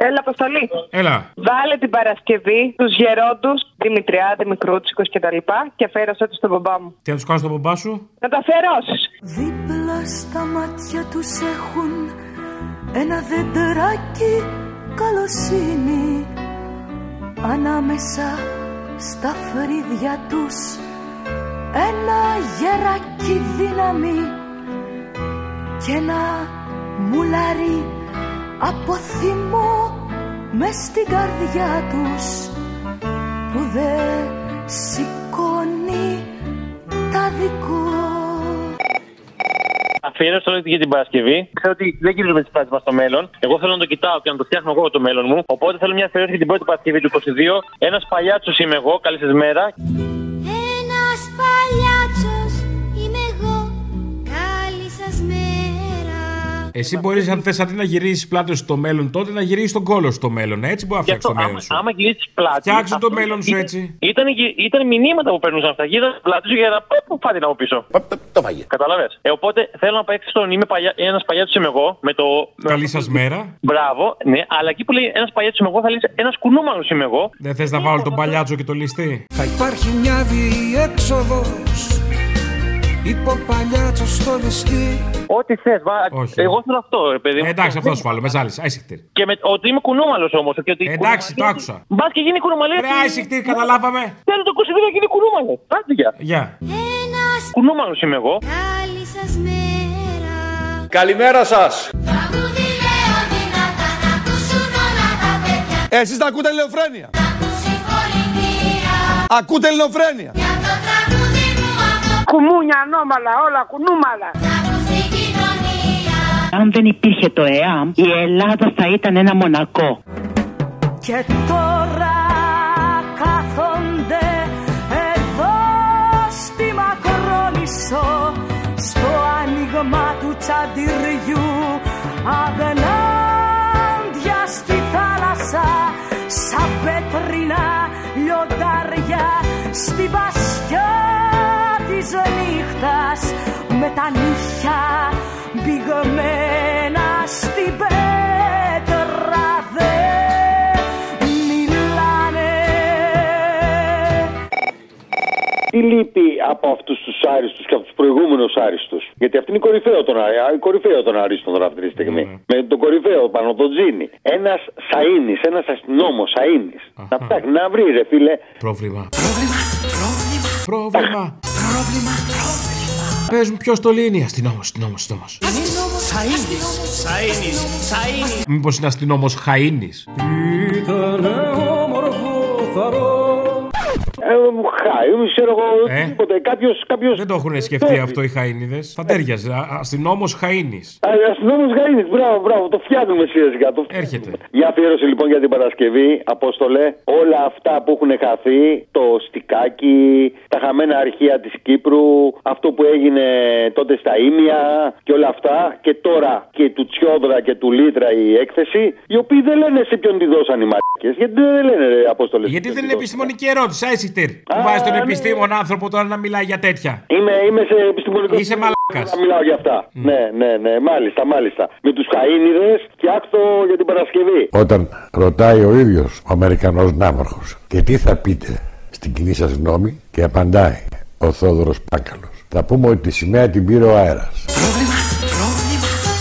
Έλα, Αποστολή. Έλα. Βάλε την Παρασκευή τους γερόντους Δημητριάδη, Μικρούτσικο κτλ. Και φέρωσέ του στον μπαμπά μου. Τι να τους κάνω στον μπαμπά σου. Να τα φερώσει. Δίπλα στα μάτια τους έχουν ένα δεντεράκι καλοσύνη Ανάμεσα στα φρύδια τους ένα γεράκι δύναμη και ένα μουλάρι από θυμό μες στην καρδιά τους που δεν σηκώνει τα δικό Αφιέρωσε όλη για την Παρασκευή. Ξέρω ότι δεν γυρίζουμε τις πράξεις μας στο μέλλον. Εγώ θέλω να το κοιτάω και να το φτιάχνω εγώ το μέλλον μου. Οπότε θέλω μια αφιέρωση για την πρώτη Παρασκευή του 22. Ένα παλιάτσο είμαι εγώ. Καλή σα μέρα. Ένας παλιάτσος είμαι εγώ, καλή σας μέρα. Εσύ μπορείς, αν θες, αντί να γυρίσεις πλάτη στο μέλλον τότε, να γυρίσεις τον κόλο στο μέλλον. Έτσι μπορεί να Γι' φτιάξει το αυτό, μέλλον άμα, σου. άμα γυρίσεις πλάτη. Φτιάξε αυτό το μέλλον σου ήταν- έτσι. Ήταν, ήταν, μηνύματα που παίρνουν αυτά. Γύρω πλάτη σου για να πω φάτη από πίσω. Το φάγε. Καταλαβέ. Ε, οπότε θέλω να παίξεις τον είμαι παλιά, ένας παλιάτσο είμαι εγώ με το. Καλή σας μέρα. Μπράβο, ναι, αλλά εκεί που λέει ένας παλιάτσο είμαι εγώ θα λέει ένα κουνούμανο είμαι εγώ. Δεν θες να βάλω τον παλιάτσο και το ληστή. Θα υπάρχει μια διέξοδος Υπό παλιάτσο στο ληστή Ό,τι θες. Όχι. Εγώ θέλω αυτό, ρε παιδί. μου. Ε, εντάξει, αυτό θα σου βάλω. Με ζάλισε. Άισιχτήρ. Και με, ότι είμαι κουνούμαλος όμως. Εντάξει, το άκουσα. Μπας και γίνει κουνούμαλος. Ρε, άισιχτήρ, καταλάβαμε. Θέλω το 22 να γίνει κουνούμαλος. Πάτε για. Γεια. Ένας Κουνούμαλος είμαι εγώ. καλή σας μέρα. Καλημέρα σας. Τραγούδι λέω δυνατά να ακούσουν όλα τα παιδιά. Ε, Εσείς τα ακούτε ελληνοφρένεια Να ακούσει η πολιτεία Ακούτε ελληνοφρένεια για το τραγούδι μου αυτό. Κουμούνια, ανώμαλα, όλα κουνούμαλα. Να ακούσει η κοινωνία. Αν δεν υπήρχε το ΕΑΜ, η Ελλάδα θα ήταν ένα μονακό. Και τώρα κάθονται εδώ στη Μακρόνισσο στο άνοιγμα του τσαντιριού απέναντια στη θάλασσα σαν πέτρινα λιοντάρια στη βασιά της νύχτας με τα νύχια πηγμένα στην πέτρα δεν μιλάνε Τι λείπει από αυτούς τους άριστους και από τους προηγούμενους άριστους. Γιατί αυτή είναι η κορυφαίο των, αρι- η κορυφαίο των αρίστων τώρα αυτή τη στιγμή. Mm-hmm. Με τον κορυφαίο πάνω, τον Τζίνι. Ένας Σαΐνης, ένας αστυνόμος Σαΐνης. Να ψάχνει να βρει, ρε φίλε. Πρόβλημα. Πρόβλημα. Πρόβλημα. Παίζουν πιο στολίνη. Αστυνόμος, αστυνόμος, αστυνόμος. Μήπως είναι αστυνόμος Χαΐνης. Ήτανε όμορφο θαρό Ε, χάει, ξέρω εγώ, Ε. τίποτε. Κάποιος. Κάποιος... Δεν το έχουν σκεφτεί αυτό οι Χαΐνιδες. Θα τέριαζε. Α- Αστυνόμος Χαΐνης. Αστυνόμο Γαΐνη, μπράβο, μπράβο, το φτιάχνουμε σιγά σιγά. Το φτιάχνουμε. Έρχεται. Μια αφιέρωση λοιπόν για την Παρασκευή, Απόστολε. Όλα αυτά που έχουν χαθεί, το στικάκι, τα χαμένα αρχεία της Κύπρου, αυτό που έγινε τότε στα Ήμια και όλα αυτά. Και τώρα και του Τσιόδρα και του Λίτρα η έκθεση, οι οποίοι δεν λένε σε ποιον τη δώσαν οι μαρκέ. Γιατί δεν λένε, ρε, Απόστολε. σε Γιατί ποιον δεν τη είναι δώσανε. επιστημονική ερώτηση, Άισιχτήρ. Που Α, βάζει τον ναι. επιστήμον άνθρωπο τώρα να μιλάει για τέτοια. Είμαι, είμαι σε επιστημονικό. Είσαι μαλάκας. Mm. Να μιλάω για αυτά. Ναι, ναι, ναι, μάλιστα, μάλιστα. Με τους Χαΐνιδες και άκθο για την Παρασκευή. Όταν ρωτάει ο ίδιος ο Αμερικανός ναύαρχος και τι θα πείτε στην κοινή σας γνώμη και απαντάει ο Θόδωρος Πάκαλος. Θα πούμε ότι τη σημαία την πήρε ο αέρας.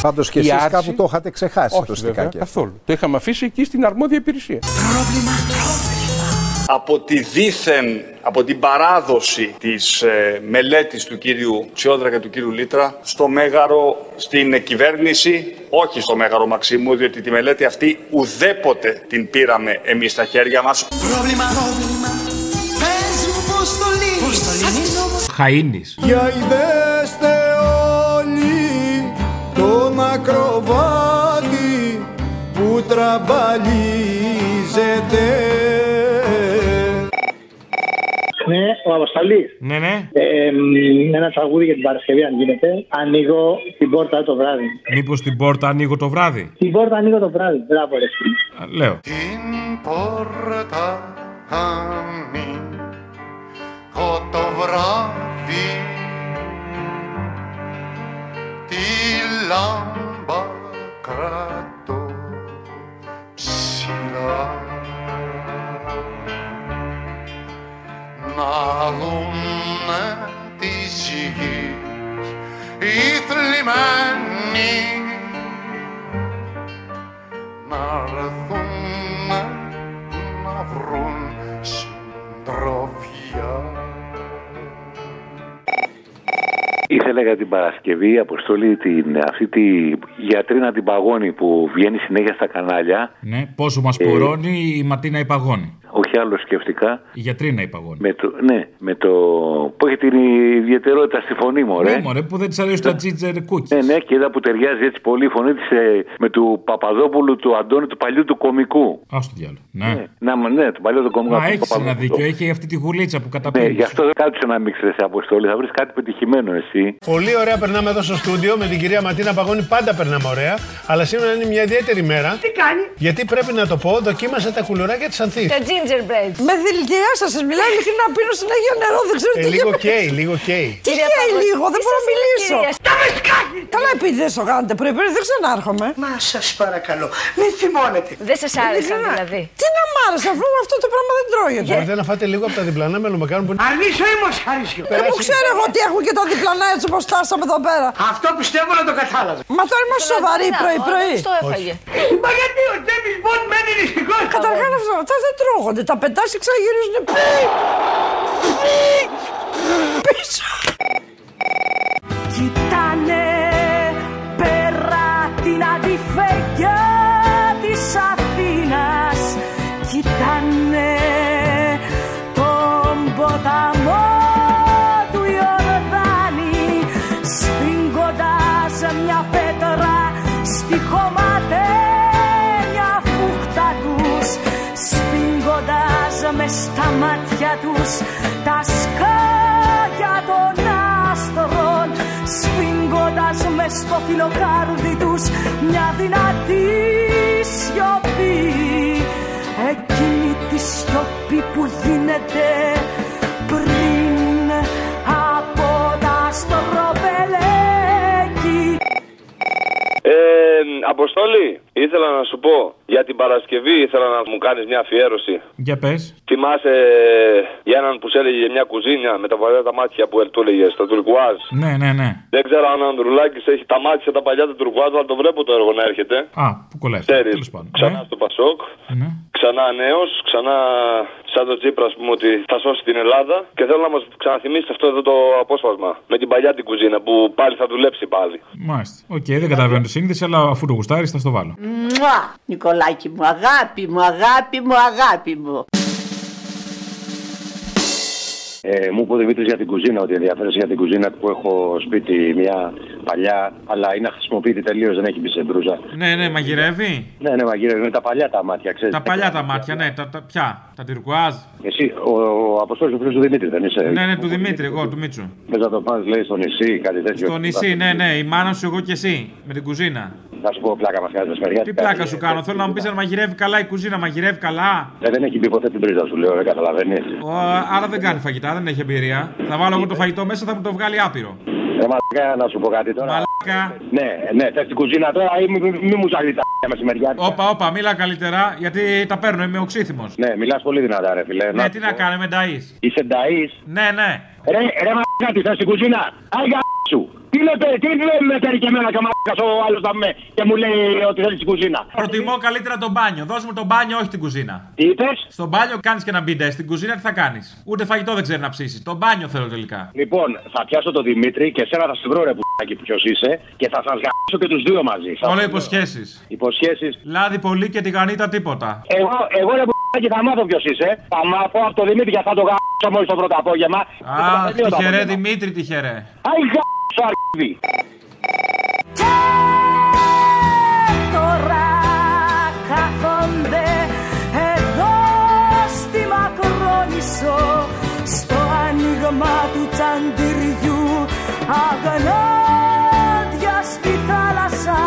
Πάντως και εσείς κάπου το είχατε ξεχάσει το στικάκι. Καθόλου Το είχαμε αφήσει εκεί στην αρμόδια υπηρεσία από τη δίθεν, από την παράδοση της ε, μελέτης του κύριου Τσιόδρα και του κύριου Λίτρα στο Μέγαρο, στην κυβέρνηση, όχι στο Μέγαρο Μαξίμου, διότι τη μελέτη αυτή ουδέποτε την πήραμε εμείς στα χέρια μας. Χαΐνη. Γιαϊδέστε όλοι το μακροβάτι που τραμπαλίζεται Ναι, ο Αποστολής. Ναι, ναι. Ε, μ, ένα τραγούδι για την Παρασκευή, αν γίνεται. Ανοίγω την πόρτα το βράδυ. Μήπως την πόρτα ανοίγω το βράδυ. Την πόρτα ανοίγω το βράδυ. Μπράβο, ρε. φίλε. Α, Λέω. Την πόρτα ανοίγω το βράδυ Τη λάμπα κρατώ Ψ, η θλιμμένη να έρθουν να βρουν συντροφιά. Ήθελα για την Παρασκευή, Αποστολή, την, αυτή τη γιατρή να την παγώνει που βγαίνει συνέχεια στα κανάλια. Ναι, πόσο μας Ε. πορώνει η Ματίνα Υπαγώνη. Όχι άλλο σκεφτικά. Η γιατρίνα Υπαγώνη. Με το, ναι, με το. που έχει την ιδιαιτερότητα στη φωνή μου, ρε. Ναι, μωρέ, που δεν της αρέσουν τα τζίτζερ Ε, κούκκις. Ναι, ναι, και είδα που ταιριάζει έτσι πολύ η φωνή της με του Παπαδόπουλου, του Αντώνη, του παλιού του κομικού. Ας το διάλογο. Ναι. Ε, Ναι, να, μα- ναι, του παλιού του κομικού. Μα αυτού του έχει ένα Παπαδόπουλου. δίκιο. Έχει αυτή τη γουλίτσα που Ναι, καταπίνει. γι' αυτό δεν κάτσε να μην ξέρεις αποστολή. Θα βρεις κάτι πετυχημένο εσύ. Πολύ ωραία περνάμε εδώ στο στούντιο με την κυρία Ματίνα Παγώνη. Πάντα περνάμε ωραία. Αλλά σήμερα είναι μια ιδιαίτερη μέρα. Τι κάνει? Γιατί πρέπει να το πω, δοκίμασα τα κουλουράκια της Ανθής. Τα gingerbread. Ε. Με δηλητηριά σα, σα μιλάω ειλικρινά. Πίνω συνέχεια νερό, δεν ξέρω Ε, τι λίγο γίνεται. καίει, λίγο καίει. Τι καίει λίγο, δεν μπορώ να μιλήσω. Τα με σκάκι! Καλά επίτηδες το κάνετε πριν, πριν δεν ξανάρχομαι. Μα σας παρακαλώ, μην θυμώνετε. Δεν σας άρεσαν δηλαδή. Τι να μ' άρεσε, αφού αυτό το πράγμα δεν τρώγεται. Μπορείτε να φάτε λίγο από τα διπλανά μελομακάρων που είναι. Αρνήσω ή μοσχαρίσιο. Δεν μου Ε, ξέρω εγώ τι έχουν και τα διπλανά έτσι όπως φτάσαμε εδώ πέρα. Αυτό πιστεύω να το κατάλαβα. Μα τώρα είμαστε σοβαροί πρωί-πρωί. Το έφαγε. Μα γιατί ο Τζέμις Μπον μένει νηστικός. Καταρχάς αυτά, αυτά δεν τρώγονται. Τα πετάς και ξαναγυρίζουν πίσω. Κοιτάνε πέρα την αντιφέγγια της Αθήνας Κοιτάνε τον ποταμό του Ιορδάνη Σφίγγοντας μια πέτρα στη χωματένια φούχτα τους Σφίγγοντας με στα μάτια τους τα σκάγια των άστρων Σφίγγοντας μες στο φιλοκάρδι τους μια δυνατή σιωπή Εκείνη τη σιωπή που γίνεται πριν από τα στροπελέκι Ε, Αποστόλη, ήθελα να σου πω για την Παρασκευή, ήθελα να μου κάνεις μια αφιέρωση. Για πες. Θυμάσαι ε, για έναν που σε έλεγε μια κουζίνια με τα παλιά τα μάτια που ελτούλεγε στο τουρκουάζ. Ναι, ναι, ναι. Δεν ξέρω αν ο Ανδρουλάκης έχει τα μάτια τα παλιά του τουρκουάζ, αλλά το βλέπω το έργο να έρχεται. Α, που κολλάει. Ξέρει, ξανά στο Πασόκ, Ναι. ξανά νέος, ξανά σαν τον Τσίπρα, ας πούμε, ότι θα σώσει την Ελλάδα. Και θέλω να μας ξαναθυμίσει αυτό εδώ το απόσπασμα με την παλιά την κουζίνα που πάλι θα δουλέψει πάλι. Μάλιστα. Οκ, δεν καταλαβαίνω τη σύνδεση, αλλά αφού το γουστάρεις θα στο βάλω. Μουα! Νικολάκη μου, αγάπη μου, αγάπη μου, αγάπη μου. Ε, μου είπε ο Δημήτρης για την κουζίνα, ότι ενδιαφέρεσαι για την κουζίνα που έχω σπίτι μια παλιά, αλλά είναι αχρησιμοποιητή τελείως, δεν έχει μπει σε μπρούζα. Ναι, ναι, μαγειρεύει. Ναι, ναι, μαγείρευε με τα παλιά τα μάτια, ξέρεις. Τα παλιά τα μάτια, ναι, τα, τα ποια. Τα τυρκουάζ. Εσύ, ο, ο Αποστόλης ο φίλος του Δημήτρη, δεν είσαι. Ναι, ναι, του Δημήτρη, εγώ, του Μίτσου. Θες να το πας, λέει, στο νησί, κάτι τέτοιο. Στο νησί, ναι, ναι, η μάνα σου, εγώ και εσύ. Με την κουζίνα. Θα σου πω πλάκα μας κάνει μεσημεριά. Τι πλάκα σου κάνω, θέλω να μου πεις αν μαγειρεύει καλά η κουζίνα, μαγειρεύει καλά. Ε, δεν έχει μπει ποτέ την πρίζα, σου λέω, ε, δεν καταλαβαίνεις. Ο, άρα δεν κάνει φαγητά, δεν έχει εμπειρία. Θα βάλω εγώ το φαγητό μέσα, θα μου το βγάλει άπειρο. Ρε μαλακά, Ε, να σου πω κάτι τώρα. Μαλάκα. Ναι, ναι, θες την κουζίνα τώρα ή μη, μη, μη μου ζαλεί τα μεσημεριά. Όπα, όπα, μίλα καλύτερα, γιατί τα παίρνω, είμαι οξύθυμος. Ναι, μιλάς πολύ δυνατά, ρε φιλέ. Ναι, τι να κάνουμε, νταΐς. Είσαι νταΐς. Ναι, ναι. Ρε, ρε μαλακά, τι θες στην κουζίνα. Άγια σου. Τι λέτε, τι λέει με θέλει και εμένα και ο μαλακάς ο άλλος να με και μου λέει ότι θέλει στην κουζίνα. Προτιμώ καλύτερα τον μπάνιο. Δώσ' μου τον μπάνιο, όχι την κουζίνα. Τι είπε? Στον μπάνιο κάνεις και να μπει Στην κουζίνα τι θα κάνεις. Ούτε φαγητό δεν ξέρει να ψήσεις. Τον μπάνιο θέλω τελικά. Λοιπόν, θα πιάσω τον Δημήτρη και σένα θα σου βρω ρε πουστάκι ποιος είσαι και θα σας γαμίσω και τους δύο μαζί. Θα- Όλα υποσχέσεις. Υποσχέσεις. Λάδι πολύ και τη γανίτα τίποτα. Εγώ, εγώ ρε πουστάκι θα μάθω ποιος είσαι. Θα μάθω από τον Δημήτρη και θα τον γαμίσω μόλις το πρώτο απόγευμα. Αχ, Και το απόγευμα. τυχερέ Δημήτρη, τυχερέ. Άι γαμίσω αρχίδι. τώρα κάθονται εδώ στη Μακρόνισσο στο άνοιγμα του τσαντιριού αγνάδια στη θάλασσα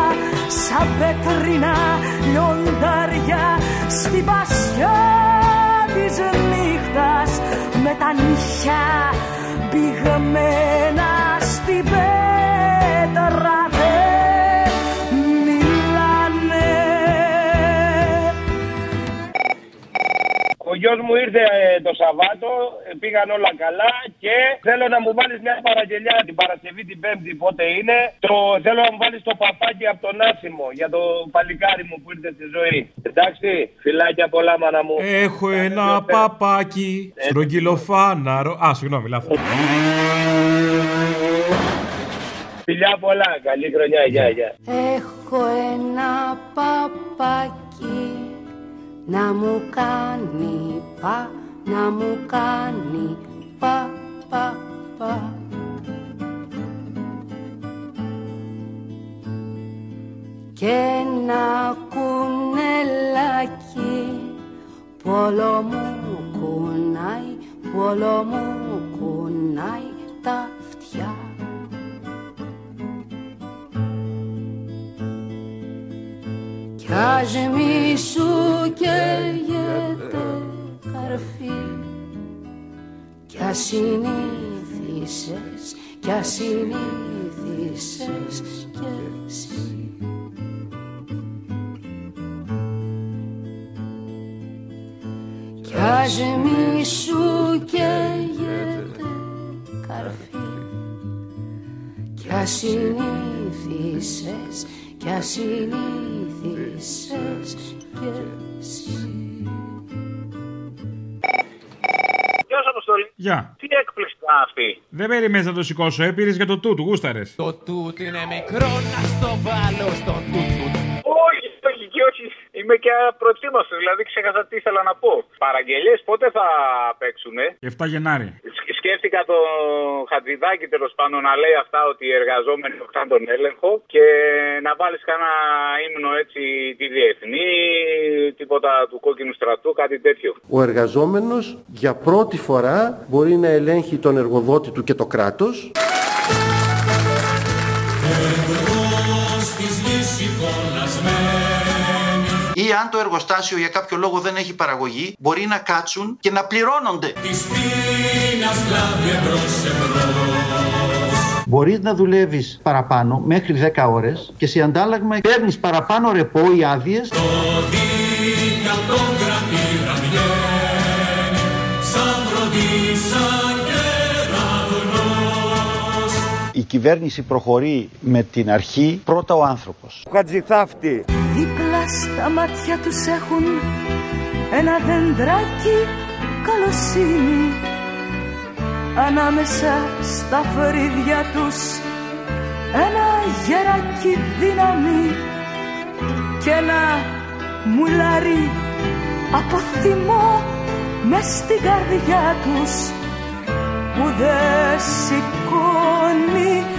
σαν πετρινά λιοντάρια στη βασιά της νύχτας με τα νύχια πηγμένα στην πέτρα δε μιλάνε. γιος μου ήρθε ε, το Σαββάτο, ε, πήγαν όλα καλά και θέλω να μου βάλεις μια παραγγελιά την Παρασκευή, την Πέμπτη, πότε είναι. Το, θέλω να μου βάλεις το παπάκι από τον Άσιμο για το παλικάρι μου που ήρθε στη ζωή. Εντάξει, φυλάκια πολλά, μάνα μου. Ε, Έχω ένα παπάκι στρογγυλοφάναρο. Α, συγγνώμη, λάθος. Φιλιά πολλά, καλή χρονιά, γεια, γεια. Έχω ένα παπάκι να μου κάνει πα, να μου κάνει πα, πα, πα. Και ένα κουνελάκι που όλο μου κουνάει, που όλο μου κουνάει τα αυτιά. Κι ας μη σου καίγεται καρφί Κι ασυνήθισες, κι ασυνήθισες κι εσύ Κι ας μη σου καίγεται καρφί Κι ασυνήθισες, κι ασυνήθισες κι εσύ Γεια σας, Αποστολή. Γεια. Τι έκπληξη ήταν αυτή. Δεν περίμενες να το σηκώσω, ε. Πήρες για το τούτου, γούσταρες. Το τούτ είναι μικρό, να στο βάλω στο τούτ. Όχι, όχι, και όχι. Είμαι και προετοίμαστος, δηλαδή ξέχασα τι ήθελα να πω. Παραγγελίες πότε θα παίξουνε. 7 Γενάρη. Σκ- Σκέφτηκα το Χατζηδάκη τέλος πάντων να λέει αυτά ότι οι εργαζόμενοι έχουν τον έλεγχο και να βάλεις κανένα ύμνο έτσι τη διεθνή, τίποτα του κόκκινου στρατού, κάτι τέτοιο. Ο εργαζόμενος για πρώτη φορά μπορεί να ελέγχει τον εργοδότη του και το κράτος. Ή αν το εργοστάσιο για κάποιο λόγο δεν έχει παραγωγή, μπορεί να κάτσουν και να πληρώνονται. Μπορείς να δουλεύεις παραπάνω μέχρι 10 ώρες και σε αντάλλαγμα παίρνεις παραπάνω ρεπό ή άδειες. Η κυβέρνηση προχωρεί με την αρχή πρώτα ο άνθρωπος. Χατζηθάφτη. Δίπλα στα μάτια τους έχουν ένα δεντράκι καλοσύνη Ανάμεσα στα φρύδια τους ένα γεράκι δύναμη και ένα μουλάρι από θυμό μες στην καρδιά τους που δεν σηκώνει